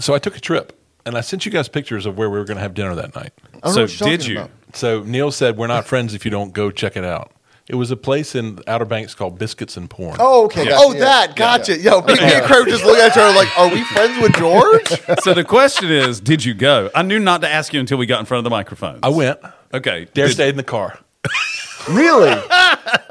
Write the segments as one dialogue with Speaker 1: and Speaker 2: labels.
Speaker 1: So I took a trip, and I sent you guys pictures of where we were going to have dinner that night.
Speaker 2: I don't know
Speaker 1: so
Speaker 2: what you're
Speaker 1: did
Speaker 2: talking
Speaker 1: you?
Speaker 2: about.
Speaker 1: So Neil said we're not friends if you don't go check it out. It was a place in Outer Banks called Biscuits and Porn.
Speaker 2: Oh, okay.
Speaker 3: Yeah.
Speaker 2: Oh,
Speaker 3: Yeah.
Speaker 2: that. Gotcha. Yo, me, me and Craig just look at each other like, are we friends with George?
Speaker 3: so the question is, did you go? I knew not to ask you until we got in front of the microphone.
Speaker 1: I went.
Speaker 3: Okay.
Speaker 1: Dare
Speaker 3: Did-
Speaker 1: stayed in the car,
Speaker 2: really?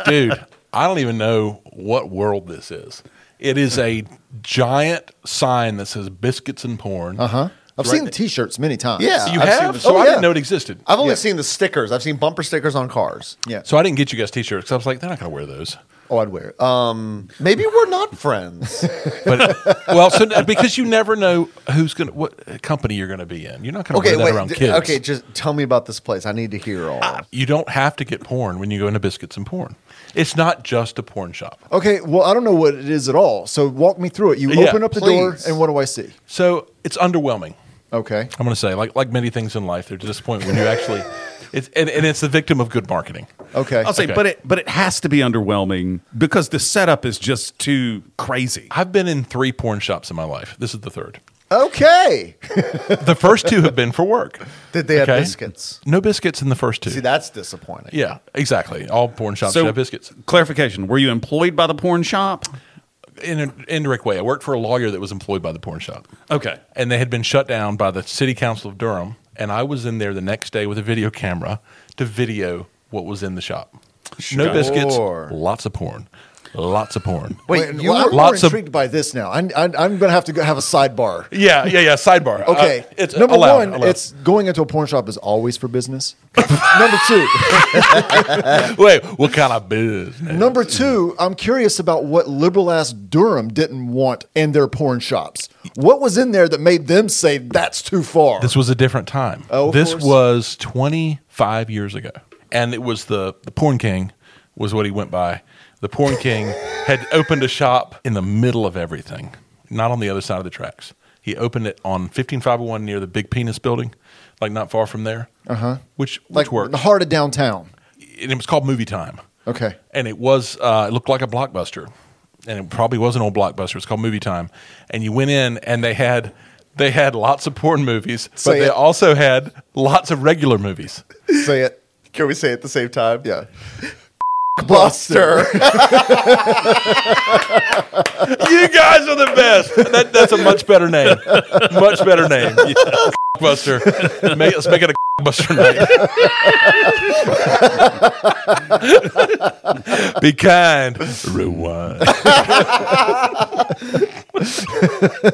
Speaker 1: dude. I don't even know what world this is. It is a giant sign that says Biscuits and Porn. Uh huh.
Speaker 2: I've seen the T-shirts many times.
Speaker 1: Yeah, you
Speaker 2: I've seen
Speaker 1: have.
Speaker 2: the-
Speaker 1: So I
Speaker 2: oh, Uh-huh. yeah.
Speaker 1: didn't know it existed.
Speaker 2: I've only
Speaker 3: Yeah.
Speaker 2: seen the stickers. I've seen bumper stickers on cars.
Speaker 3: Yeah.
Speaker 1: So I didn't get you guys T-shirts. 'cause I was like, they're not going to wear those.
Speaker 2: Oh, I'd wear. it. Um, maybe we're not friends.
Speaker 1: But well, so uh, because you never know who's going to what company you're going to be in. You're not going to
Speaker 2: okay,
Speaker 1: wear that
Speaker 2: wait.
Speaker 1: around
Speaker 2: d-
Speaker 1: kids.
Speaker 2: Okay, just tell me about this place. I need to hear all.
Speaker 4: Ah.
Speaker 1: you don't have to get porn when you go into biscuits and porn. It's not just a porn shop.
Speaker 4: Okay, well, I don't know what it is at all. So walk me through it. You
Speaker 1: Yeah,
Speaker 4: open up the door,
Speaker 2: please.
Speaker 4: and what do I see?
Speaker 1: So it's underwhelming.
Speaker 4: Okay.
Speaker 1: I'm going to say, like like many things in life, they're disappointing when you actually. It's and, and it's the victim of good marketing.
Speaker 4: Okay.
Speaker 3: I'll say,
Speaker 1: Okay.
Speaker 3: but it but it has to be underwhelming because the setup is just too crazy.
Speaker 1: I've been in three porn shops in my life. This is the third.
Speaker 4: okay.
Speaker 1: The first two have been for work.
Speaker 2: Did they have
Speaker 1: Okay.
Speaker 2: biscuits?
Speaker 1: No biscuits in the first two.
Speaker 2: See, that's disappointing.
Speaker 1: yeah, exactly. All porn shops should have biscuits.
Speaker 3: clarification: Were you employed by the porn shop?
Speaker 1: in an indirect way. I worked for a lawyer that was employed by the porn shop.
Speaker 3: Okay.
Speaker 1: And they had been shut down by the city council of Durham. And I was in there the next day with a video camera to video what was in the shop. No
Speaker 3: Sure.
Speaker 1: biscuits, lots of porn. Lots of porn.
Speaker 4: Wait,
Speaker 2: you
Speaker 4: you well,
Speaker 2: were-
Speaker 4: I'm more
Speaker 1: Lots of-
Speaker 4: intrigued by this now. I, I, I'm going to have to go have a
Speaker 2: Uh,
Speaker 4: sidebar.
Speaker 1: Yeah, yeah, yeah. Sidebar.
Speaker 4: Okay.
Speaker 1: Uh, it's
Speaker 4: Number
Speaker 1: allowed,
Speaker 4: one,
Speaker 1: allowed.
Speaker 4: it's going into a porn shop is always for business. number two,
Speaker 1: wait. What kind of business?
Speaker 4: number two, I'm curious about what liberal ass Durham didn't want in their porn shops. What was in there that made them say that's too far?
Speaker 1: This was a different time.
Speaker 4: Oh, of
Speaker 1: this
Speaker 4: course.
Speaker 1: was 25 years ago, and it was the the porn king was what he went by. The porn king had opened a shop in the middle of everything, not on the other side of the tracks. He opened it on 15501 near the Big Penis Building, like not far from there. Uh huh. Which which
Speaker 4: Uh-huh. like
Speaker 1: worked.
Speaker 4: the heart of downtown.
Speaker 1: and it was called Movie Time.
Speaker 4: Okay.
Speaker 1: And it was uh, it looked like a blockbuster, and it probably was an old blockbuster. It's called Movie Time, and you went in and they had they had lots of porn movies, but
Speaker 4: Say
Speaker 1: they
Speaker 4: it.
Speaker 1: also had lots of regular movies.
Speaker 4: Say it.
Speaker 2: Can we say it at the same time?
Speaker 4: Yeah.
Speaker 2: Buster.
Speaker 1: you guys are the best. That, that's a much better name. Much better name. Buster. Make, let's make it a Buster night. Be kind. Rewind.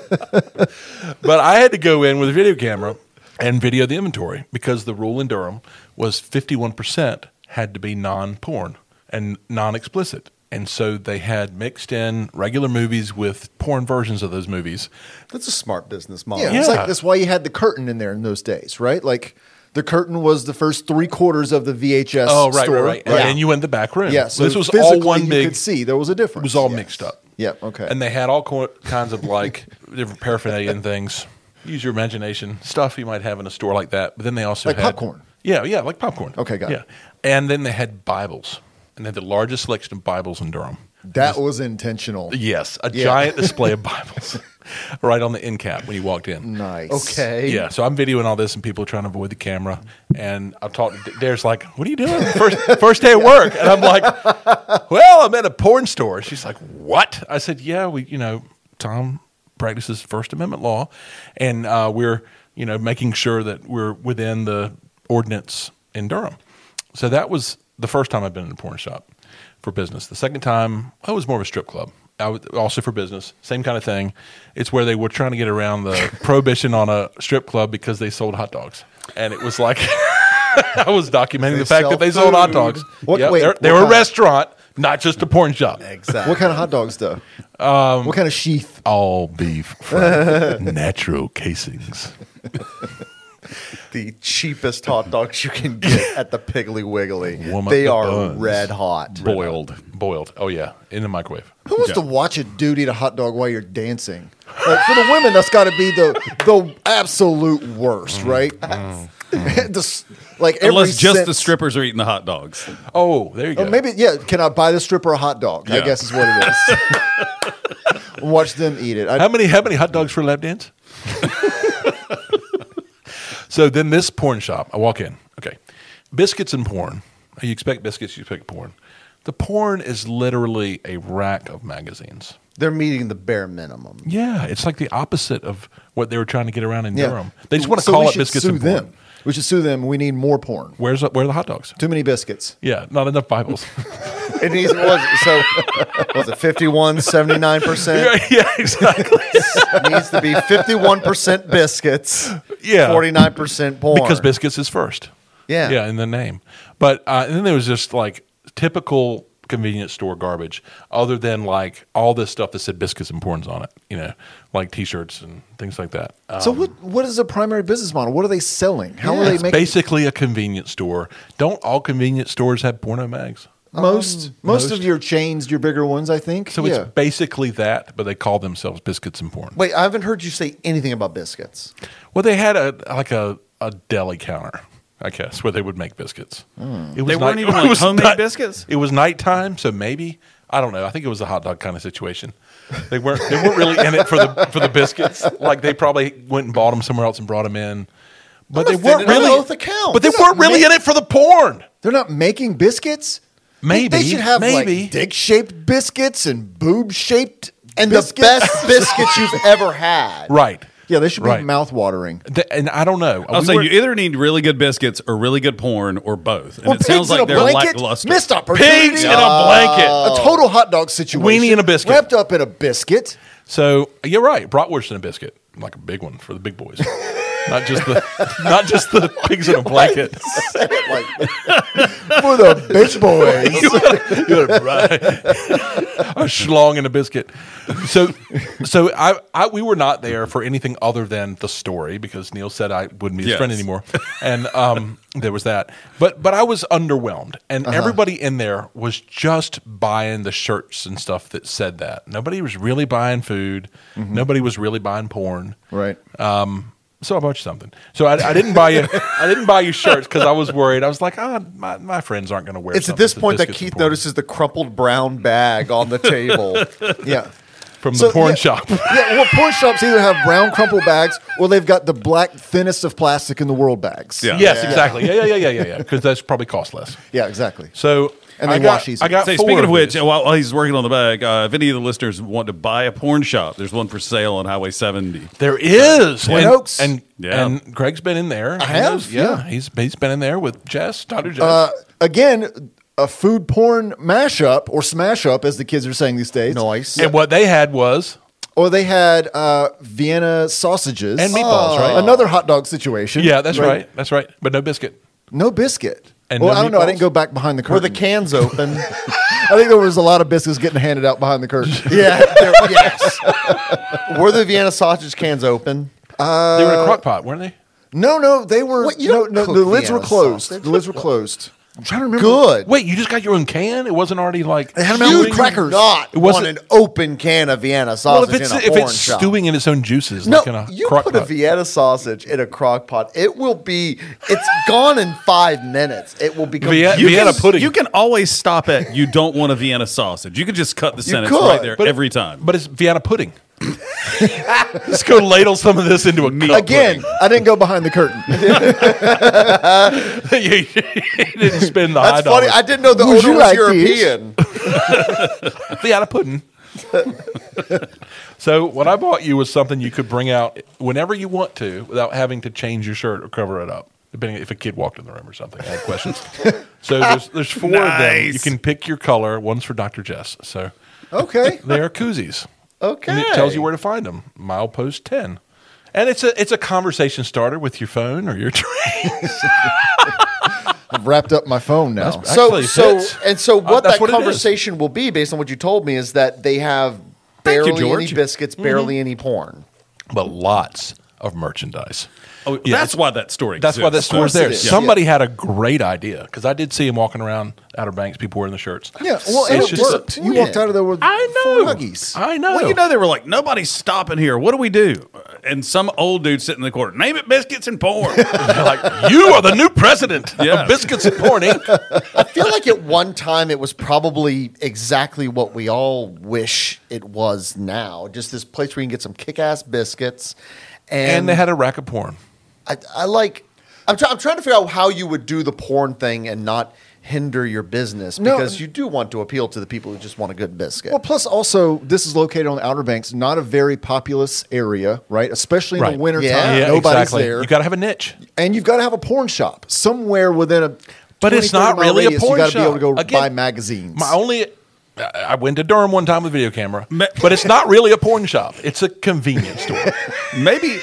Speaker 1: but I had to go in with a video camera and video the inventory because the rule in Durham was 51% had to be non porn and non explicit. And so they had mixed in regular movies with porn versions of those movies.
Speaker 2: That's a smart business model.
Speaker 4: Yeah,
Speaker 1: Yeah.
Speaker 4: it's like that's why you had the curtain in there in those days, right? Like the curtain was the first three quarters of the VHS.
Speaker 1: Oh, right,
Speaker 4: store.
Speaker 1: right, right.
Speaker 4: Yeah.
Speaker 1: And you went in the back room.
Speaker 4: yeah, so
Speaker 1: this was all
Speaker 4: physically
Speaker 1: one
Speaker 4: you
Speaker 1: big.
Speaker 4: Could see there was a
Speaker 1: It
Speaker 4: difference.
Speaker 1: was all
Speaker 4: Yes.
Speaker 1: mixed up.
Speaker 4: Yeah. Okay.
Speaker 1: And they had all co- kinds of like different paraphernalia and things. Use your imagination. Stuff you might have in a store like that. But then they also
Speaker 4: Like
Speaker 1: had
Speaker 4: popcorn?
Speaker 1: Yeah, yeah, like popcorn.
Speaker 4: Okay, got
Speaker 1: yeah.
Speaker 4: it.
Speaker 1: And then they had Bibles, and they had the largest selection of Bibles in Durham.
Speaker 4: that was intentional.
Speaker 1: Yes, a
Speaker 4: Yeah.
Speaker 1: giant display of Bibles, right on the end cap when you walked in.
Speaker 4: Nice.
Speaker 2: Okay.
Speaker 1: Yeah, so I'm videoing all this, and people are trying to avoid the camera. And I'm talking. Dare's like, "What are you doing? First, first day at work." And I'm like, "Well, I'm at a porn store." She's like, "What?" I said, "Yeah, we, you know, Tom practices First Amendment law, and uh, we're, you know, making sure that we're within the ordinance in Durham." So that was the first time I've been in a porn shop for business. The second time, I was more of a strip club. I was also for business, same kind of thing. It's where they were trying to get around the prohibition on a strip club because they sold hot dogs, and it was like I was documenting the fact
Speaker 2: sell
Speaker 1: that they sold hot
Speaker 2: food.
Speaker 1: dogs.
Speaker 4: What-
Speaker 1: Yep,
Speaker 4: wait,
Speaker 1: they're,
Speaker 4: what
Speaker 1: they were a
Speaker 4: kind?
Speaker 1: restaurant, not just a porn shop.
Speaker 2: Exactly.
Speaker 4: What kind of hot dogs though?
Speaker 1: Um,
Speaker 4: what kind of sheath?
Speaker 1: All beef from natural casings.
Speaker 2: the cheapest hot dogs you can get at the Piggly Wiggly.
Speaker 1: Warm up
Speaker 2: they
Speaker 1: the
Speaker 2: are
Speaker 1: buns.
Speaker 2: red hot.
Speaker 1: Boiled, boiled. Oh yeah, in the microwave.
Speaker 4: Who wants to watch a dude eat a hot dog while you're dancing? Like, for the women, that's got to be the the absolute worst, right? The s- like every
Speaker 3: Unless just
Speaker 4: cent-
Speaker 3: the strippers are eating the hot dogs.
Speaker 1: Oh, there you go.
Speaker 4: Or maybe yeah. Can I buy the stripper a hot dog? I
Speaker 3: Yeah.
Speaker 4: guess is what it is. Watch them eat it. I,
Speaker 1: how many how many hot dogs for a lap dance? So then this porn shop, I walk in. Okay. Biscuits and porn. Oh, You expect biscuits, you expect porn. The porn is literally a rack of magazines.
Speaker 2: They're meeting the bare minimum.
Speaker 1: Yeah, it's like the opposite of what they were trying to get around in
Speaker 4: Yeah.
Speaker 1: Durham. They just want to
Speaker 4: So we
Speaker 1: call it
Speaker 4: should
Speaker 1: biscuits
Speaker 4: sue
Speaker 1: and porn.
Speaker 4: them. We should sue them. We need more porn.
Speaker 1: Where's the, where are the hot dogs?
Speaker 4: Too many biscuits.
Speaker 1: Yeah, not enough Bibles.
Speaker 2: It needs was it- so was it 51 79 percent
Speaker 1: yeah, exactly.
Speaker 2: needs to be 51 percent biscuits
Speaker 1: Yeah.
Speaker 2: 49 percent porn
Speaker 1: because biscuits is first.
Speaker 2: Yeah.
Speaker 1: yeah, in the name. But uh, and then there was just like typical convenience store garbage, other than like all this stuff that said biscuits and porns on it. You know, like T-shirts and things like that. Uh,
Speaker 4: so what? What is the primary business model? What are they selling? How are they
Speaker 1: it's
Speaker 4: making?
Speaker 1: basically a convenience store. Don't all convenience stores have porno mags?
Speaker 4: most, Oh. most of your chains, your bigger ones, I think.
Speaker 1: So
Speaker 4: yeah.
Speaker 1: it's basically that, but they call themselves biscuits and porn.
Speaker 2: wait i haven't heard you say anything about biscuits
Speaker 1: Well, they had a like a, a deli counter, I guess, where they would make biscuits. It was
Speaker 3: Hmm. They weren't even,
Speaker 1: it
Speaker 3: like,
Speaker 1: was
Speaker 3: homemade biscuits?
Speaker 1: It was nighttime, so maybe I don't know. I think it was a hot dog kind of situation. They weren't they weren't really in it for the for the biscuits. Like they probably went and bought them somewhere else and brought them in. But they weren't
Speaker 2: offended on
Speaker 1: really
Speaker 2: both accounts.
Speaker 1: But they
Speaker 2: They're
Speaker 1: weren't
Speaker 2: not
Speaker 1: really in it for the porn.
Speaker 4: They're not making biscuits.
Speaker 1: Maybe,
Speaker 4: they, they should have
Speaker 1: maybe.
Speaker 4: like dick-shaped biscuits and boob-shaped
Speaker 2: and the
Speaker 4: biscuits.
Speaker 2: best biscuits you've ever had
Speaker 1: Right.
Speaker 4: Yeah, they should be
Speaker 1: Right.
Speaker 4: mouth-watering.
Speaker 1: The- and I don't know.
Speaker 3: I'll
Speaker 1: We
Speaker 3: say
Speaker 1: were-
Speaker 3: you either need really good biscuits or really good porn or both. And
Speaker 4: Well,
Speaker 3: it sounds
Speaker 4: pigs in
Speaker 3: like
Speaker 4: a
Speaker 3: they're
Speaker 4: blanket?
Speaker 3: lackluster.
Speaker 4: Missed opportunity.
Speaker 1: pigs in a blanket.
Speaker 4: a total hot dog situation.
Speaker 1: Oh. Weenie and a biscuit.
Speaker 4: Wrapped up in a biscuit.
Speaker 1: So you're right, bratwurst and a biscuit, like a big one for the big boys, not just the not just the pigs in a blanket.
Speaker 2: like
Speaker 4: For the bitch boys.
Speaker 1: you had it right. a schlong and a biscuit. So, so I, I, we were not there for anything other than the story because Neil said I wouldn't be his
Speaker 3: Yes.
Speaker 1: friend anymore, and um, there was that. But, but I was underwhelmed, and
Speaker 2: Uh-huh.
Speaker 1: everybody in there was just buying the shirts and stuff that said that. Nobody was really buying food.
Speaker 2: Mm-hmm.
Speaker 1: Nobody was really buying porn.
Speaker 4: right.
Speaker 1: Ah, So I bought you something. So I, I didn't buy you. I didn't buy you shirts because I was worried. I was like, ah, my, my friends aren't going to wear.
Speaker 2: it's at
Speaker 1: something
Speaker 2: this point that
Speaker 1: biscuits
Speaker 2: keith
Speaker 1: and porn
Speaker 2: notices the crumpled brown bag on the table
Speaker 4: yeah.
Speaker 1: from
Speaker 4: So,
Speaker 1: the porn
Speaker 4: yeah.
Speaker 1: shop.
Speaker 4: Yeah, well, porn shops either have brown crumple bags or they've got the black thinnest of plastic in the world bags.
Speaker 3: Yeah.
Speaker 1: Yes, exactly. Yeah, yeah, yeah, yeah, yeah, yeah. Because that's probably cost less.
Speaker 4: Yeah, exactly.
Speaker 1: So
Speaker 4: And they
Speaker 1: I got,
Speaker 4: wash easy.
Speaker 1: I got
Speaker 3: Say,
Speaker 1: four
Speaker 3: speaking of which,
Speaker 1: these.
Speaker 3: while, while he's working on the bag, uh, if any of the listeners want to buy a porn shop, there's one for sale on Highway 70.
Speaker 1: there is
Speaker 4: Twin
Speaker 1: uh, and,
Speaker 4: Oaks.
Speaker 1: and
Speaker 3: Yeah.
Speaker 1: and Greg's been in there. I
Speaker 4: have,
Speaker 1: yeah.
Speaker 4: yeah.
Speaker 1: He's he's been in there with Jess, Doctor Jess.
Speaker 4: Uh, again, a food porn mashup or smash up, as the kids are saying these days.
Speaker 2: Nice.
Speaker 1: and what they had was
Speaker 4: Or they had uh, Vienna sausages
Speaker 1: And meatballs, right?
Speaker 4: Another hot dog situation.
Speaker 1: yeah, that's right. that's right, but no biscuit.
Speaker 4: No biscuit.
Speaker 1: And
Speaker 4: well,
Speaker 1: no
Speaker 4: I don't know. I didn't
Speaker 1: meatballs?
Speaker 4: go back behind the curtain.
Speaker 2: were the cans open
Speaker 4: I think there was a lot of biscuits getting handed out behind the curtain.
Speaker 2: yeah there- yes were the vienna sausage cans open
Speaker 4: Uh,
Speaker 1: they were in a crock pot, weren't they?
Speaker 4: No, no, they were.
Speaker 2: What, you
Speaker 4: no,
Speaker 2: don't
Speaker 4: no,
Speaker 2: cook
Speaker 4: the lids were
Speaker 2: Vienna
Speaker 4: closed.
Speaker 2: sausage.
Speaker 4: The lids were closed. I'm trying to remember.
Speaker 2: good
Speaker 1: Wait, you just got your own can. It wasn't already like
Speaker 4: They had them out
Speaker 2: you
Speaker 4: with crackers.
Speaker 2: not
Speaker 1: It wasn't-
Speaker 2: want an open can of Vienna
Speaker 1: well,
Speaker 2: sausage
Speaker 1: if it's
Speaker 2: in a
Speaker 1: if
Speaker 2: porn
Speaker 1: it's
Speaker 2: shop.
Speaker 1: stewing in its own juices,
Speaker 2: No,
Speaker 1: like in a
Speaker 2: you
Speaker 1: crock
Speaker 2: put a
Speaker 1: pot.
Speaker 2: Vienna sausage in a crock pot. It will be. It's gone in five minutes. It will become.
Speaker 1: Vie-
Speaker 2: you
Speaker 1: Vienna
Speaker 3: can,
Speaker 1: pudding.
Speaker 3: You can always stop at you don't want a Vienna sausage. You could just cut the sentence
Speaker 2: could,
Speaker 3: right there
Speaker 1: But-
Speaker 3: every time.
Speaker 1: but it's Vienna pudding. Let's go ladle some of this into a cup.
Speaker 4: Again, I didn't go behind the curtain.
Speaker 1: you didn't spend the high
Speaker 2: That's funny.
Speaker 1: dollars.
Speaker 2: I didn't know the
Speaker 4: Would
Speaker 2: odor
Speaker 4: you
Speaker 2: was
Speaker 4: like
Speaker 2: European.
Speaker 1: Fiat of pudding. so what I bought you was something you could bring out whenever you want to without having to change your shirt or cover it up, depending if a kid walked in the room or something. I had questions. so there's there's four of them. You
Speaker 3: Nice.
Speaker 1: can pick your color. One's for Dr. Jess. So
Speaker 4: Okay.
Speaker 1: they are koozies.
Speaker 2: Okay.
Speaker 1: And it tells you where to find them. Milepost ten. And it's a it's a conversation starter with your phone or your train.
Speaker 4: I've wrapped up my phone now.
Speaker 1: That's-
Speaker 2: So,
Speaker 1: Actually,
Speaker 2: so
Speaker 1: it's-
Speaker 2: and so,
Speaker 1: uh,
Speaker 2: what
Speaker 1: that's
Speaker 2: that
Speaker 1: what it is.
Speaker 2: conversation will be, based on what you told me, is that they have
Speaker 3: Thank you,
Speaker 2: barely any
Speaker 3: George.
Speaker 2: biscuits, barely
Speaker 1: Mm-hmm.
Speaker 2: any porn.
Speaker 1: but lots of merchandise.
Speaker 3: Oh,
Speaker 1: Yeah,
Speaker 3: that's
Speaker 1: it's-
Speaker 3: why that story.
Speaker 1: That's why that
Speaker 3: exists.
Speaker 1: store's
Speaker 4: course
Speaker 1: there.
Speaker 4: it is.
Speaker 1: Somebody had a great idea because I did see him walking around Outer Banks. People wearing the shirts.
Speaker 4: yeah, well, and
Speaker 1: It's
Speaker 4: it
Speaker 1: just-
Speaker 4: worked. You walked out of there with
Speaker 3: I
Speaker 4: four
Speaker 3: know.
Speaker 4: huggies.
Speaker 1: I know.
Speaker 3: Well, you know, they were like, nobody's stopping here. What do we do? Uh, And some old dude sitting in the corner, name it biscuits and porn.
Speaker 1: They're like you are the new president
Speaker 3: Yeah.
Speaker 1: of biscuits and porn. Inc."
Speaker 2: I feel like at one time it was probably exactly what we all wish it was now. Just this place where you can get some kick ass biscuits
Speaker 1: and,
Speaker 4: and,
Speaker 1: they had a rack of porn.
Speaker 2: I, I like. I'm, try, I'm trying to figure out how you would do the porn thing and not hinder your business
Speaker 4: No.
Speaker 2: because you do want to appeal to the people who just want a good biscuit.
Speaker 4: Well, plus also this is located on the Outer Banks, not a very populous area, right? Especially in
Speaker 1: Right.
Speaker 4: the wintertime.
Speaker 2: Yeah,
Speaker 4: Nobody's there.
Speaker 1: You got to have a niche.
Speaker 4: and you've got to have a porn shop somewhere within a
Speaker 1: But it's
Speaker 4: 20, 30
Speaker 1: not
Speaker 4: mile
Speaker 1: really a
Speaker 4: radius.
Speaker 1: porn
Speaker 4: you gotta
Speaker 1: shop.
Speaker 4: be able to go
Speaker 1: Again,
Speaker 4: buy magazines.
Speaker 1: My only, I I went to Durham one time with video camera,
Speaker 3: Ma-
Speaker 1: but it's not really a porn shop. It's a convenience store.
Speaker 3: Maybe,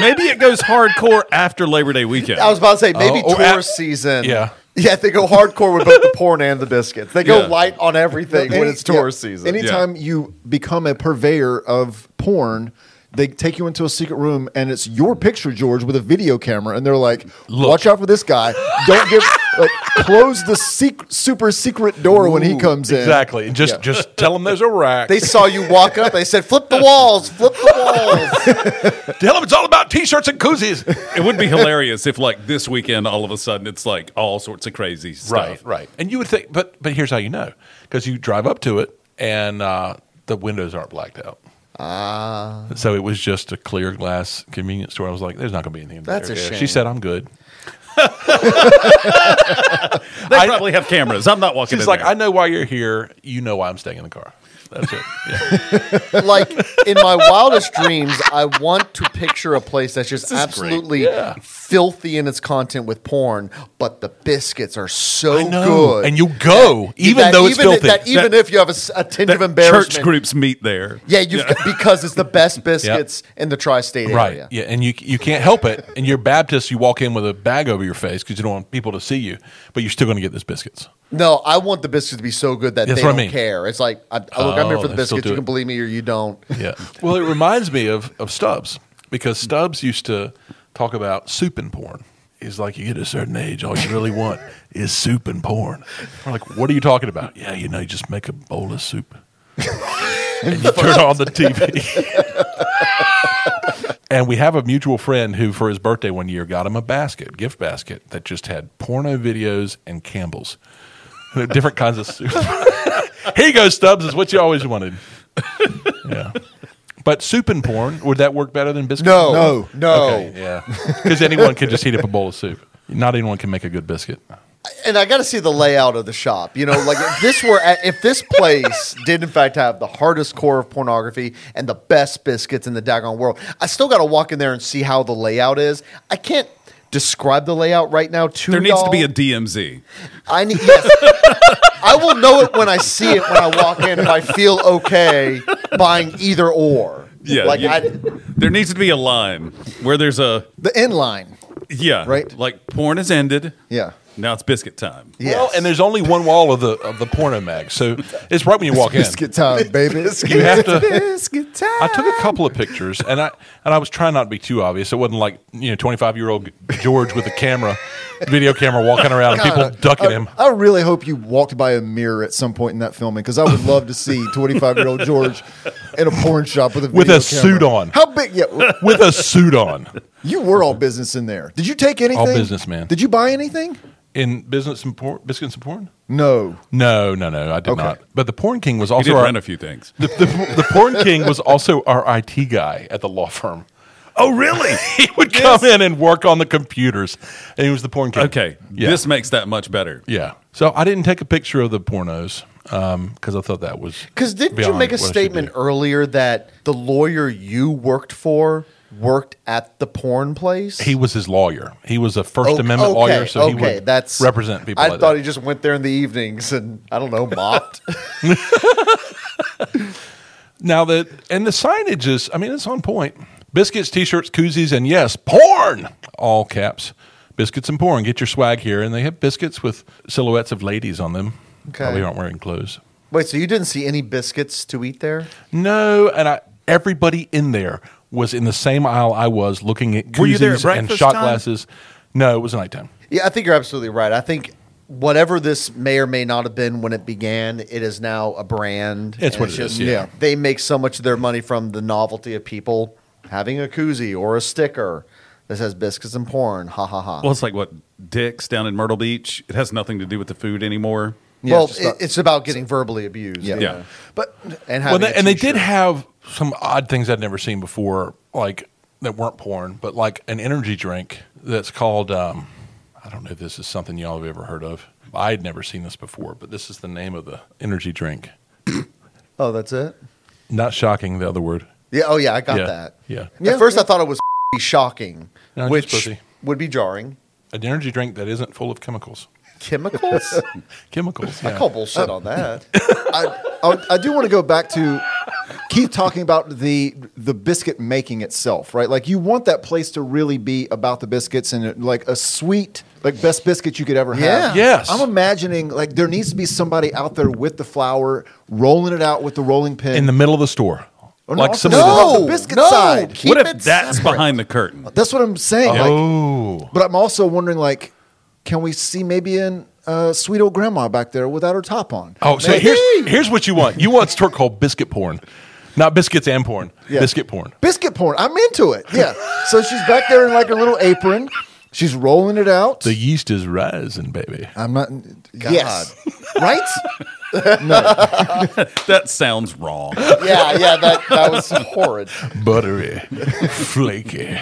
Speaker 3: maybe it goes hardcore after Labor Day weekend.
Speaker 2: I was about to say maybe
Speaker 1: Oh, or
Speaker 2: tourist
Speaker 1: at-
Speaker 2: season.
Speaker 1: Yeah.
Speaker 2: yeah, they go hardcore with both the porn and the biscuits. They go
Speaker 3: Yeah.
Speaker 2: light on everything when
Speaker 4: Any-
Speaker 2: it's tourist
Speaker 4: yeah,
Speaker 2: season.
Speaker 4: Anytime you become a purveyor of porn, they take you into a secret room and it's your picture, George, with a video camera, and they're like, "Watch out for this guy! Don't give like close the sec- super secret door when he comes in."
Speaker 1: exactly. And just
Speaker 4: Yeah.
Speaker 1: just tell them there's a rack.
Speaker 2: They saw you walk up. They said, "Flip the walls, flip the walls."
Speaker 1: tell them it's all about t-shirts and koozies.
Speaker 3: it would be hilarious if, like, this weekend, all of a sudden, it's like all sorts of crazy stuff.
Speaker 1: Right, right. And you would think, but but here's how you know because you drive up to it and uh, the windows aren't blacked out. Ah. So it was just a clear glass convenience store. I was like, there's not going to be anything
Speaker 2: That's
Speaker 1: there.
Speaker 2: a
Speaker 1: She
Speaker 2: shame.
Speaker 1: said, I'm good.
Speaker 3: They
Speaker 1: I-
Speaker 3: probably have cameras. I'm not walking.
Speaker 1: She's
Speaker 3: in
Speaker 1: like,
Speaker 3: there.
Speaker 1: I know why you're here. You know why I'm staying in the car. That's it. Yeah.
Speaker 2: like in my wildest dreams, I want to picture a place that's just absolutely
Speaker 1: Yeah.
Speaker 2: filthy in its content with porn, but the biscuits are so
Speaker 1: I know.
Speaker 2: good.
Speaker 1: And you go, even
Speaker 2: that
Speaker 1: though it's
Speaker 2: even,
Speaker 1: filthy.
Speaker 2: That even
Speaker 3: That-
Speaker 2: if you have a, s- a tinge of
Speaker 3: that church
Speaker 2: embarrassment,
Speaker 3: groups meet there.
Speaker 2: yeah, you've got- because it's the best biscuits in the tri-state
Speaker 1: Right.
Speaker 2: area.
Speaker 1: Yeah, and you you can't help it. And you're Baptist, you walk in with a bag over your face because you don't want people to see you, but you're still going to get this biscuits.
Speaker 2: No, I want the biscuits to be so good that
Speaker 1: That's
Speaker 2: they
Speaker 1: what I
Speaker 2: don't
Speaker 1: mean.
Speaker 2: care. It's like, I, I- look, I'm here
Speaker 1: Oh,
Speaker 2: for the
Speaker 1: they still
Speaker 2: biscuits.
Speaker 1: do
Speaker 2: You
Speaker 1: it.
Speaker 2: can believe me or you don't.
Speaker 1: Yeah. Well, it reminds me of of Stubbs because Stubbs used to talk about soup and porn. He's like, you get a certain age, all you really want is soup and porn. We're like, what are you talking about? Yeah, you know, you just make a bowl of soup. and you turn on the TV. and we have a mutual friend who, for his birthday one year, got him a basket, gift basket, that just had porno videos and Campbell's, different kinds of soup. Here you go, Stubbs, is what you always wanted. Yeah. But soup and porn, would that work better than biscuit?
Speaker 2: No,
Speaker 4: No.
Speaker 2: no, no.
Speaker 1: Okay, yeah. Because anyone can just heat up a bowl of soup. Not anyone can make a good biscuit.
Speaker 2: And I got to see the layout of the shop. You know, like if this were, at, if this place did in fact have the hardest core of pornography and the best biscuits in the daggone world, I still got to walk in there and see how the layout is. I can't describe the layout right now to
Speaker 3: There needs to be a
Speaker 2: y'all.
Speaker 3: DMZ.
Speaker 2: I need. Yes. I will know it when I see it when I walk in if I feel okay buying either or.
Speaker 3: Yeah,
Speaker 2: like
Speaker 3: you-
Speaker 2: I,
Speaker 3: There needs to be a line where there's a
Speaker 4: The inline.
Speaker 3: yeah,
Speaker 4: Right.
Speaker 3: Like porn has ended.
Speaker 4: Yeah.
Speaker 3: Now it's biscuit time.
Speaker 2: yes.
Speaker 1: Well, and there's only one wall of the of the porno mag, so it's right when you walk in.
Speaker 4: Biscuit time, baby.
Speaker 1: You have to.
Speaker 4: Biscuit time.
Speaker 1: I took a couple of pictures, and I and I was trying not to be too obvious. It wasn't like you know, 25 year old George with a camera, video camera, walking around, and people ducking him.
Speaker 4: I really hope you walked by a mirror at some point in that filming because I would love to see 25 year old George in a porn shop with a
Speaker 1: With
Speaker 4: video
Speaker 1: a suit
Speaker 4: camera.
Speaker 1: on.
Speaker 4: How big? Yeah,
Speaker 1: With a suit on,
Speaker 4: you were all business in there. Did you take anything?
Speaker 1: business, man.
Speaker 4: Did you buy anything?
Speaker 1: in business and porn, biscuits and porn.
Speaker 4: No.
Speaker 1: No, no, no, I did
Speaker 4: Okay.
Speaker 1: not. But the porn king was
Speaker 3: You
Speaker 1: also
Speaker 3: did
Speaker 1: our,
Speaker 3: rent a few things.
Speaker 1: The, the, the porn king was also our IT guy at the law firm.
Speaker 3: Oh, really?
Speaker 1: He would come in and work on the computers, and he was the porn king.
Speaker 3: okay.
Speaker 1: Yeah.
Speaker 3: This makes that much better.
Speaker 1: yeah. So I didn't take a picture of the pornos because I thought that was
Speaker 2: Because didn't you
Speaker 1: beyond
Speaker 2: make a
Speaker 1: what I should
Speaker 2: statement
Speaker 1: do.
Speaker 2: earlier that the lawyer you worked for worked at the porn place?
Speaker 1: He was his lawyer. He was a First
Speaker 2: O-
Speaker 1: Amendment lawyer, so he would
Speaker 2: that's-
Speaker 1: represent people.
Speaker 2: I
Speaker 1: like
Speaker 2: thought
Speaker 1: that.
Speaker 2: he just went there in the evenings and I don't know mopped.
Speaker 1: now that and the signage is, I mean, it's on point. Biscuits, t-shirts, koozies, and yes, porn. All caps. Biscuits and porn. Get your swag here, and they have biscuits with silhouettes of ladies on them.
Speaker 2: Okay.
Speaker 1: Probably aren't wearing clothes.
Speaker 2: Wait, so you didn't see any biscuits to eat there?
Speaker 1: No, and I, everybody in there was in the same aisle I was, looking at
Speaker 3: Were you
Speaker 1: koozies
Speaker 3: there at
Speaker 1: and
Speaker 3: breakfast
Speaker 1: shot
Speaker 3: time?
Speaker 1: glasses. No, it was nighttime.
Speaker 2: Yeah, I think you're absolutely right. I think whatever this may or may not have been when it began, it is now a brand.
Speaker 1: It's
Speaker 2: and
Speaker 1: what it is, yeah.
Speaker 4: Yeah.
Speaker 2: They make so much of their money from the novelty of people having a koozie or a sticker that says biscuits and porn. Ha ha ha.
Speaker 3: Well, it's like what Dick's down in Myrtle Beach. It has nothing to do with the food anymore.
Speaker 4: Yeah,
Speaker 2: well,
Speaker 4: it's
Speaker 2: it's,
Speaker 4: just not-
Speaker 2: it's about getting verbally abused.
Speaker 4: Yeah.
Speaker 2: you
Speaker 3: Yeah.
Speaker 2: know. But and having
Speaker 1: Well, they,
Speaker 2: a
Speaker 1: and they
Speaker 2: t-shirt.
Speaker 1: did have some odd things I'd never seen before, like that weren't porn, but like an energy drink that's called um, I don't know if this is something y'all have ever heard of. I had never seen this before, but this is the name of the energy drink.
Speaker 2: Oh, that's it.
Speaker 1: Not shocking, the other word.
Speaker 2: Yeah. Oh, yeah. I got
Speaker 1: yeah.
Speaker 2: that.
Speaker 1: Yeah.
Speaker 2: At first, I thought it was shocking,
Speaker 1: No, it's
Speaker 2: which
Speaker 1: pussy.
Speaker 2: would be jarring.
Speaker 1: An energy drink that isn't full of chemicals.
Speaker 2: Chemicals?
Speaker 1: Chemicals.
Speaker 2: I
Speaker 1: yeah.
Speaker 2: call bullshit on that.
Speaker 4: I, I, I do want to go back to keep talking about the the biscuit making itself, right? Like you want that place to really be about the biscuits and like a sweet, like best biscuit you could ever
Speaker 2: Yeah.
Speaker 4: have.
Speaker 1: Yes.
Speaker 4: I'm imagining like there needs to be somebody out there with the flour, rolling it out with the rolling pin.
Speaker 1: In the middle of the store.
Speaker 4: Or
Speaker 1: like
Speaker 4: no,
Speaker 1: some
Speaker 4: no.
Speaker 1: of
Speaker 4: the biscuit side.
Speaker 2: keep
Speaker 3: What
Speaker 2: it
Speaker 3: if that's
Speaker 2: separate.
Speaker 3: behind the curtain?
Speaker 4: That's what I'm saying.
Speaker 1: the.
Speaker 4: like-
Speaker 1: Oh.
Speaker 4: but I'm also wondering, like, can we see maybe an uh, sweet old grandma back there without her top on?
Speaker 1: Oh, so here's here's what you want. You want store called biscuit porn, not biscuits and porn.
Speaker 4: Yeah.
Speaker 1: Biscuit porn.
Speaker 4: Biscuit porn. I'm into it. Yeah. so she's back there in like her little apron. She's rolling it out.
Speaker 1: The yeast is rising, baby.
Speaker 4: I'm not. Yes. Right?
Speaker 3: That sounds wrong.
Speaker 2: Yeah, yeah, that, that was horrid.
Speaker 1: Buttery, flaky,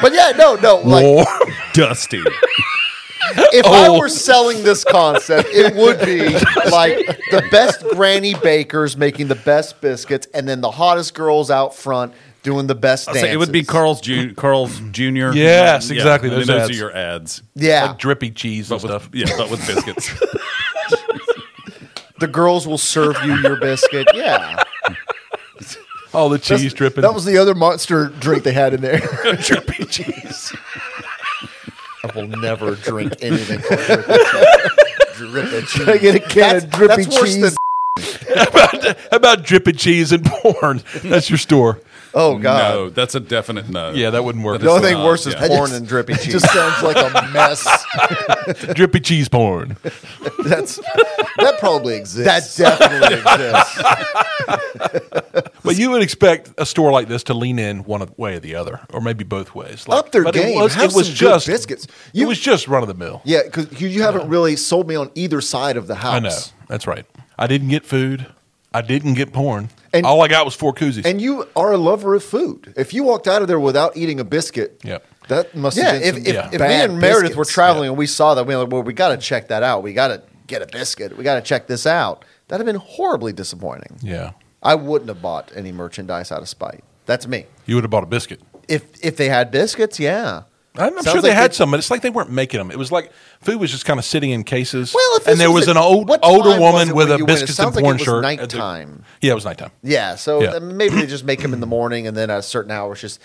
Speaker 2: But yeah, no, no. Like,
Speaker 1: warm.
Speaker 3: Dusty.
Speaker 2: if I
Speaker 1: Oh.
Speaker 2: were selling this concept, it would be like the best granny bakers making the best biscuits, and then the hottest girls out front doing the best
Speaker 3: I'll say
Speaker 2: dances.
Speaker 3: it would be Carl's Ju- Carl's Junior.
Speaker 1: Yes, exactly,
Speaker 3: I mean,
Speaker 1: those
Speaker 3: those
Speaker 1: ads.
Speaker 3: are your ads.
Speaker 2: Yeah,
Speaker 1: Like drippy cheese and
Speaker 3: But with,
Speaker 1: stuff.
Speaker 3: yeah, but with biscuits.
Speaker 2: the girls will serve you your biscuit. Yeah,
Speaker 1: All the cheese dripping.
Speaker 4: that was the other monster drink they had in there.
Speaker 1: drippy cheese.
Speaker 2: I will never drink anything. called drip it cheese. Drip it cheese.
Speaker 4: I get a can
Speaker 2: That's,
Speaker 4: of drippy
Speaker 2: that's worse
Speaker 4: cheese.
Speaker 2: than.
Speaker 1: How about drippy cheese and porn? That's your store.
Speaker 4: Mm.
Speaker 2: Oh God.
Speaker 3: No, that's a definite no.
Speaker 1: Yeah, that wouldn't work.
Speaker 2: The only thing
Speaker 3: Uh,
Speaker 2: worse is
Speaker 3: yeah.
Speaker 2: porn and drippy cheese.
Speaker 4: Just sounds like a mess.
Speaker 1: drippy cheese porn.
Speaker 4: That's that probably
Speaker 2: that
Speaker 4: exists.
Speaker 2: definitely exists.
Speaker 1: But you would expect a store like this to lean in one way or the other, or maybe both ways. Like,
Speaker 4: Up their
Speaker 1: but
Speaker 4: game.
Speaker 1: It was,
Speaker 4: Have
Speaker 1: it was
Speaker 4: some good
Speaker 1: just
Speaker 4: biscuits.
Speaker 1: it
Speaker 4: You-
Speaker 1: was just run of the mill.
Speaker 4: yeah, because you haven't really sold me on either side of the house.
Speaker 1: I know. That's right. I didn't get food. I didn't get porn.
Speaker 4: And-
Speaker 1: All I got was four koozies.
Speaker 4: And you are a lover of food. If you walked out of there without eating a biscuit,
Speaker 1: Yep.
Speaker 4: that must
Speaker 2: Yeah,
Speaker 4: have been
Speaker 2: if,
Speaker 4: some
Speaker 2: if,
Speaker 1: Yeah.
Speaker 2: if me
Speaker 4: bad
Speaker 2: and Meredith
Speaker 4: biscuits.
Speaker 2: were traveling and we saw that, we were like, well, we got to check that out. We got to get a biscuit. We got to check this out. That'd have been horribly disappointing.
Speaker 1: yeah.
Speaker 2: I wouldn't have bought any merchandise out of spite. That's me.
Speaker 1: You would have bought a biscuit.
Speaker 2: If if they had biscuits, yeah.
Speaker 1: I'm
Speaker 2: Sounds
Speaker 1: sure they
Speaker 2: like
Speaker 1: had
Speaker 2: they-
Speaker 1: some, but it's like they weren't making them. It was like food was just kind of sitting in cases.
Speaker 2: Well, if
Speaker 1: and
Speaker 2: this
Speaker 1: there was,
Speaker 2: was a-
Speaker 1: an old,
Speaker 2: what
Speaker 1: older
Speaker 2: time was
Speaker 1: woman
Speaker 2: it
Speaker 1: with
Speaker 2: when
Speaker 1: a
Speaker 2: you went? It
Speaker 1: biscuits and
Speaker 2: sounds like
Speaker 1: porn
Speaker 2: it was
Speaker 1: shirt. at the-
Speaker 2: nighttime.
Speaker 1: yeah, it was nighttime.
Speaker 2: Yeah. So
Speaker 1: Yeah.
Speaker 2: then maybe they just make them in the morning and then at a certain hour, it's just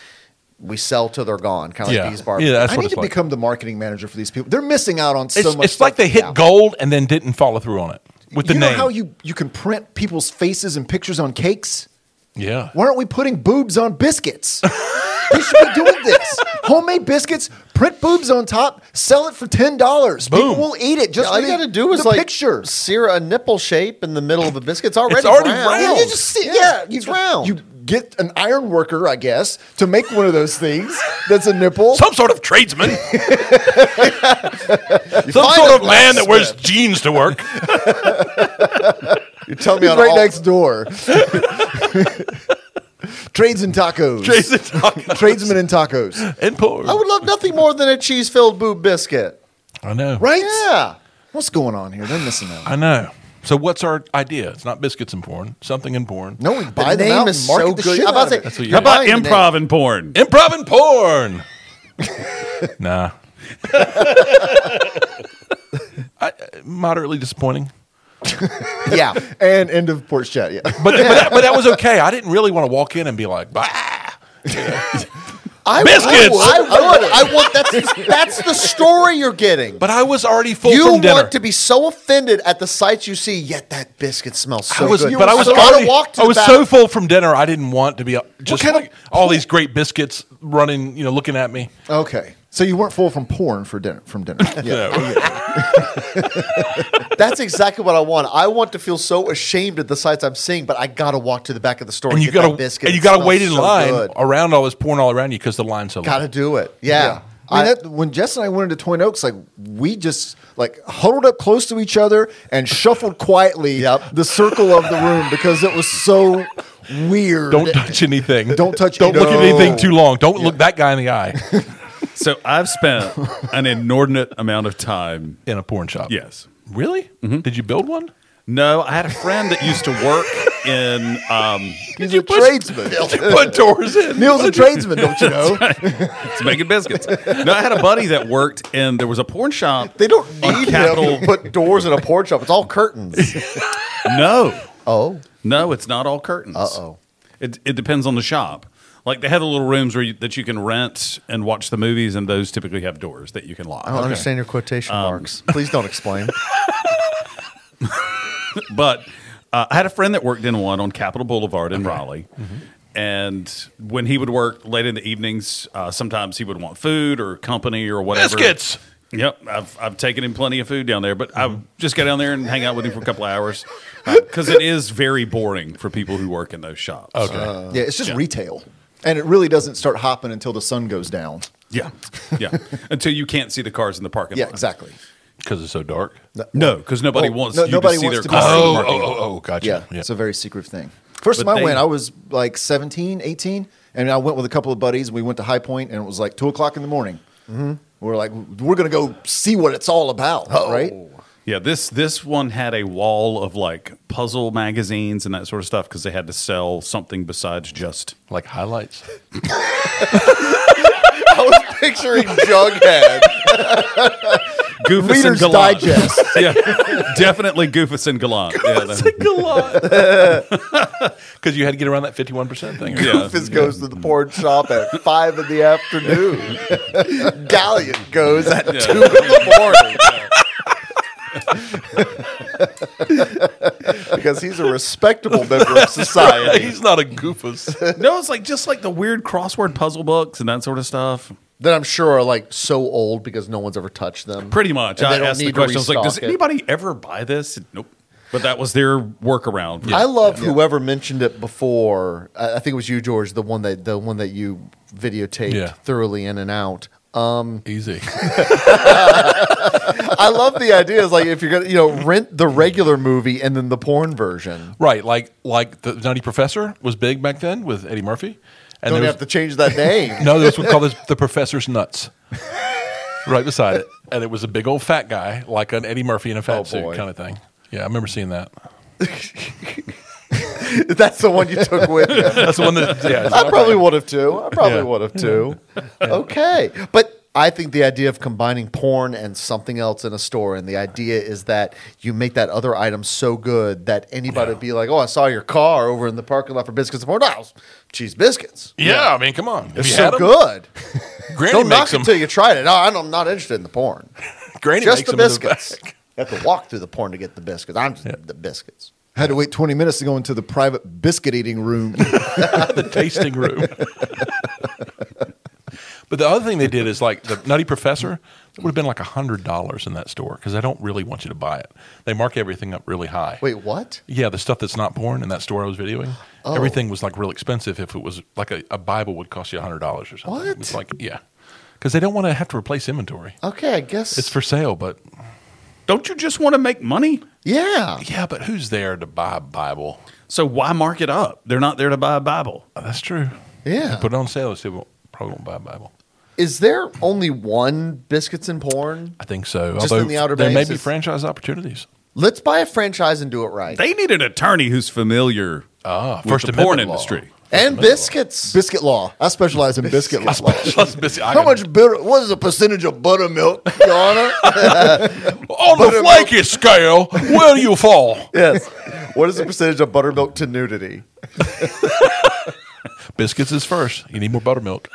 Speaker 2: we sell till they're gone, kind of
Speaker 1: Yeah.
Speaker 2: like these barbecue.
Speaker 1: Yeah, that's
Speaker 4: I
Speaker 1: what
Speaker 4: need
Speaker 1: it's
Speaker 4: to
Speaker 1: like.
Speaker 4: become the marketing manager for these people. They're missing out on so
Speaker 1: It's,
Speaker 4: much.
Speaker 1: it's like
Speaker 4: stuff.
Speaker 1: they hit
Speaker 2: Yeah.
Speaker 1: gold and then didn't follow through on it with the
Speaker 4: you
Speaker 1: name.
Speaker 4: know how you, you can print people's faces and pictures on cakes?
Speaker 1: yeah.
Speaker 4: Why aren't we putting boobs on biscuits? they should be doing this. Homemade biscuits, print boobs on top, sell it for ten dollars. People
Speaker 1: Boom.
Speaker 4: will eat it. Just
Speaker 2: all you
Speaker 4: for the-
Speaker 2: got to do is
Speaker 4: the
Speaker 2: like
Speaker 4: picture.
Speaker 2: sear a nipple shape in the middle of a biscuit. It's already,
Speaker 1: already
Speaker 2: round.
Speaker 1: round.
Speaker 4: Yeah, you just sit, yeah, you,
Speaker 2: it's round.
Speaker 4: You get an iron worker, I guess, to make one of those things that's a nipple.
Speaker 1: Some sort of tradesman. Some
Speaker 2: find
Speaker 1: sort
Speaker 2: a
Speaker 1: of man that wears jeans to work.
Speaker 2: You tell me
Speaker 4: He's
Speaker 2: on
Speaker 4: right
Speaker 2: all-
Speaker 4: next door. Trades and tacos.
Speaker 1: Jason Tucker.
Speaker 4: Tradesmen and tacos.
Speaker 1: and porn.
Speaker 2: I would love nothing more than a cheese filled boob biscuit.
Speaker 1: I know.
Speaker 4: Right?
Speaker 2: Yeah.
Speaker 4: What's going on here? They're missing out.
Speaker 1: I know. So what's our idea? It's not biscuits and porn. Something in porn.
Speaker 4: No, we buy them
Speaker 2: name
Speaker 4: out
Speaker 2: is
Speaker 4: and market
Speaker 2: so
Speaker 4: the
Speaker 2: good.
Speaker 4: shit
Speaker 2: I'm about to
Speaker 4: out of
Speaker 2: say-
Speaker 4: it.
Speaker 1: That's what you
Speaker 3: How
Speaker 1: do.
Speaker 3: about
Speaker 2: Buying the
Speaker 3: improv and porn?
Speaker 1: Improv and porn. nah. I, moderately disappointing,
Speaker 2: Yeah.
Speaker 4: And end of porch chat. Yeah.
Speaker 1: but, but, that, but that was okay. I didn't really want to walk in and be like, bah.
Speaker 2: I
Speaker 1: Biscuits!
Speaker 2: Would, I would. I would. That's, that's the story you're getting.
Speaker 1: but I was already full
Speaker 2: you
Speaker 1: from
Speaker 2: want
Speaker 1: dinner.
Speaker 2: to be so offended at the sights you see, yet that biscuit smells so
Speaker 1: I was,
Speaker 2: good.
Speaker 1: but I was
Speaker 2: gotta
Speaker 1: already,
Speaker 2: walk to
Speaker 1: I
Speaker 2: the
Speaker 1: was so
Speaker 2: bathroom.
Speaker 1: full from dinner. I didn't want to be uh, just
Speaker 4: kind of
Speaker 1: like all these great biscuits running, you know, looking at me.
Speaker 4: Okay. So you weren't full from porn for dinner from dinner. Yeah.
Speaker 2: That's exactly what I want. I want to feel so ashamed at the sights I'm seeing, but I gotta walk to the back of the store
Speaker 1: And
Speaker 2: and,
Speaker 1: you
Speaker 2: get
Speaker 1: got
Speaker 2: that
Speaker 1: to
Speaker 2: biscuit.
Speaker 1: and you
Speaker 2: It
Speaker 1: got to
Speaker 2: smells
Speaker 1: wait in
Speaker 2: so
Speaker 1: line
Speaker 2: good.
Speaker 1: around all this porn all around you because the line's so long.
Speaker 2: Gotta do it.
Speaker 4: Yeah.
Speaker 2: Yeah.
Speaker 4: I mean, that, when Jess and I went into Twin Oaks, like we just like huddled up close to each other and shuffled quietly
Speaker 2: Yep.
Speaker 4: the circle of the room because it was so weird.
Speaker 1: Don't touch anything.
Speaker 4: Don't touch-
Speaker 1: Don't look at
Speaker 4: No.
Speaker 1: anything too long. Don't look that guy in the eye
Speaker 3: So I've spent an inordinate amount of time.
Speaker 1: in a porn shop.
Speaker 3: Yes.
Speaker 1: Really? Did you build one?
Speaker 3: No, I had a friend that used to work in. Um,
Speaker 4: He's a tradesman.
Speaker 1: Did you put doors in?
Speaker 4: Neil's a tradesman, don't you know?
Speaker 3: it's making biscuits. No, I had a buddy that worked in. There was a porn shop.
Speaker 2: They don't
Speaker 3: on
Speaker 2: need
Speaker 3: Capitol-
Speaker 2: him to put doors in a porch shop. It's all curtains.
Speaker 3: No,
Speaker 2: oh,
Speaker 3: no, it's not all curtains.
Speaker 2: Uh-oh.
Speaker 3: It it depends on the shop. Like they have the little rooms where you, that you can rent and watch the movies, and those typically have doors that you can lock.
Speaker 2: I don't understand your quotation marks. Please don't explain.
Speaker 3: But uh, I had a friend that worked in one on Capitol Boulevard in Raleigh.
Speaker 2: Mm-hmm.
Speaker 3: And when he would work late in the evenings, uh, sometimes he would want food or company or whatever.
Speaker 1: Biscuits!
Speaker 3: Yep, I've, I've taken him plenty of food down there, but I
Speaker 2: Mm-hmm.
Speaker 3: would just go down there and hang out with him for a couple of hours because it is very boring for people who work in those shops.
Speaker 1: Okay.
Speaker 4: yeah, it's just retail. And it really doesn't start hopping until the sun goes down.
Speaker 3: Yeah, yeah. Until you can't see the cars in the parking
Speaker 4: Yeah,
Speaker 3: lot.
Speaker 4: exactly.
Speaker 1: Because it's so dark.
Speaker 3: No, because nobody
Speaker 4: Well,
Speaker 3: wants
Speaker 4: no-
Speaker 3: you
Speaker 4: nobody
Speaker 3: to see
Speaker 4: wants
Speaker 3: their
Speaker 4: to be
Speaker 3: cars. in the
Speaker 4: seen.
Speaker 1: Oh,
Speaker 3: parking
Speaker 1: oh,
Speaker 3: lot.
Speaker 1: oh, oh, gotcha.
Speaker 4: Yeah,
Speaker 1: Yeah.
Speaker 4: it's a very secretive thing. First
Speaker 3: But
Speaker 4: time I
Speaker 3: they-
Speaker 4: went, I was like 17, 18, and I went with a couple of buddies. We went to High Point, and it was like two o'clock in the morning.
Speaker 2: Mm-hmm.
Speaker 4: We are like, we're gonna go see what it's all about, right?
Speaker 3: Yeah, this this one had a wall of like puzzle magazines and that sort of stuff because they had to sell something besides just
Speaker 1: like highlights.
Speaker 2: I was picturing Jughead.
Speaker 3: Goofus and
Speaker 4: Reader's
Speaker 3: Gallant.
Speaker 4: Digest.
Speaker 3: yeah, definitely Goofus and Gallant. yeah, that-
Speaker 1: Because you had to get around that 51% thing.
Speaker 3: Yeah.
Speaker 2: Goofus goes to the porn shop at five in the afternoon. Galliot goes at two in the morning. because he's a respectable member of society.
Speaker 1: He's not a goofus.
Speaker 3: no, it's like just like the weird crossword puzzle books and that sort of stuff.
Speaker 2: That I'm sure are like so old because no one's ever touched them.
Speaker 3: Pretty much.
Speaker 2: And they
Speaker 3: I
Speaker 2: don't
Speaker 3: asked the
Speaker 2: need to
Speaker 3: question. I was like,
Speaker 2: restock
Speaker 3: does
Speaker 2: it."
Speaker 3: anybody ever buy this? Nope. But that was their workaround.
Speaker 2: I love whoever mentioned it before. I, I think it was you, George, the one that the one that you videotaped
Speaker 1: Yeah.
Speaker 2: thoroughly in and out. Um,
Speaker 1: Easy.
Speaker 2: I love the idea. Is like if you're gonna, you know, rent the regular movie and then the porn version.
Speaker 1: right. Like like the Nutty Professor was big back then with Eddie Murphy. And
Speaker 2: Don't
Speaker 1: there
Speaker 2: have to change that name.
Speaker 1: No, this was called this, the Professor's Nuts. right beside it. And it was a big old fat guy, like an Eddie Murphy in a fat
Speaker 2: Oh,
Speaker 1: suit
Speaker 2: boy.
Speaker 1: kind of thing. Yeah, I remember seeing that.
Speaker 2: That's the one you took with you.
Speaker 1: That's the one that, yeah.
Speaker 2: I probably would have too. I probably
Speaker 1: Yeah.
Speaker 2: would have too. Okay, but. I think the idea of combining porn and something else in a store, and the idea is that you make that other item so good that anybody would be like, "Oh, I saw your car over in the parking lot for biscuits and porn. Oh, cheese biscuits.
Speaker 1: yeah, I mean, come on. Have
Speaker 2: They're
Speaker 1: you
Speaker 2: so
Speaker 1: had 'em?
Speaker 2: good.
Speaker 1: Granny
Speaker 2: Don't
Speaker 1: makes
Speaker 2: knock it
Speaker 1: them.
Speaker 2: until you tried it. No, I don't- I'm not interested in the porn.
Speaker 1: Granny
Speaker 2: just
Speaker 1: makes
Speaker 2: the
Speaker 1: 'em in
Speaker 2: biscuits.
Speaker 1: back.
Speaker 2: you have to walk through the porn to get the biscuits. I'm just the biscuits.
Speaker 4: Had to wait 20 minutes to go into the private biscuit eating room.
Speaker 1: the tasting room. but the other thing they did is like the Nutty Professor it would have been like hundred dollars in that store because they don't really want you to buy it. They mark everything up really high.
Speaker 2: Wait, what?
Speaker 1: Yeah, the stuff that's not porn in that store I was videoing,
Speaker 2: Oh.
Speaker 1: everything was like real expensive. If it was like a, a Bible would cost you hundred dollars or something.
Speaker 2: What?
Speaker 1: It's like yeah, because they don't want to have to replace inventory.
Speaker 2: Okay, I guess
Speaker 1: It's for sale, but
Speaker 3: Don't you just want to make money?
Speaker 2: yeah.
Speaker 1: yeah, but who's there to buy a Bible?
Speaker 3: So why mark it up? They're not there to buy a Bible.
Speaker 2: Uh,
Speaker 1: Oh, that's true.
Speaker 2: Yeah.
Speaker 1: They put it on sale. They still won't, probably won't buy a Bible.
Speaker 2: Is there only one biscuits and porn?
Speaker 1: I think so.
Speaker 2: Just in
Speaker 1: Although
Speaker 2: the Outer
Speaker 1: there
Speaker 2: Banks,
Speaker 1: may be
Speaker 2: it's-
Speaker 1: franchise opportunities.
Speaker 2: Let's buy a franchise and do it right.
Speaker 3: They need an attorney who's familiar
Speaker 1: Ah,
Speaker 3: with
Speaker 1: First
Speaker 3: the porn
Speaker 1: Amendment law.
Speaker 3: industry.
Speaker 2: and biscuits.
Speaker 4: biscuit law. I specialize in biscuit law.
Speaker 1: Plus busy- I
Speaker 4: How
Speaker 1: can-
Speaker 4: much butter? What is the percentage of buttermilk, Your Honor?
Speaker 1: on the flaky scale? Where do you fall?
Speaker 2: yes. What is the percentage of buttermilk to nudity?
Speaker 1: Biscuits is first. You need more buttermilk.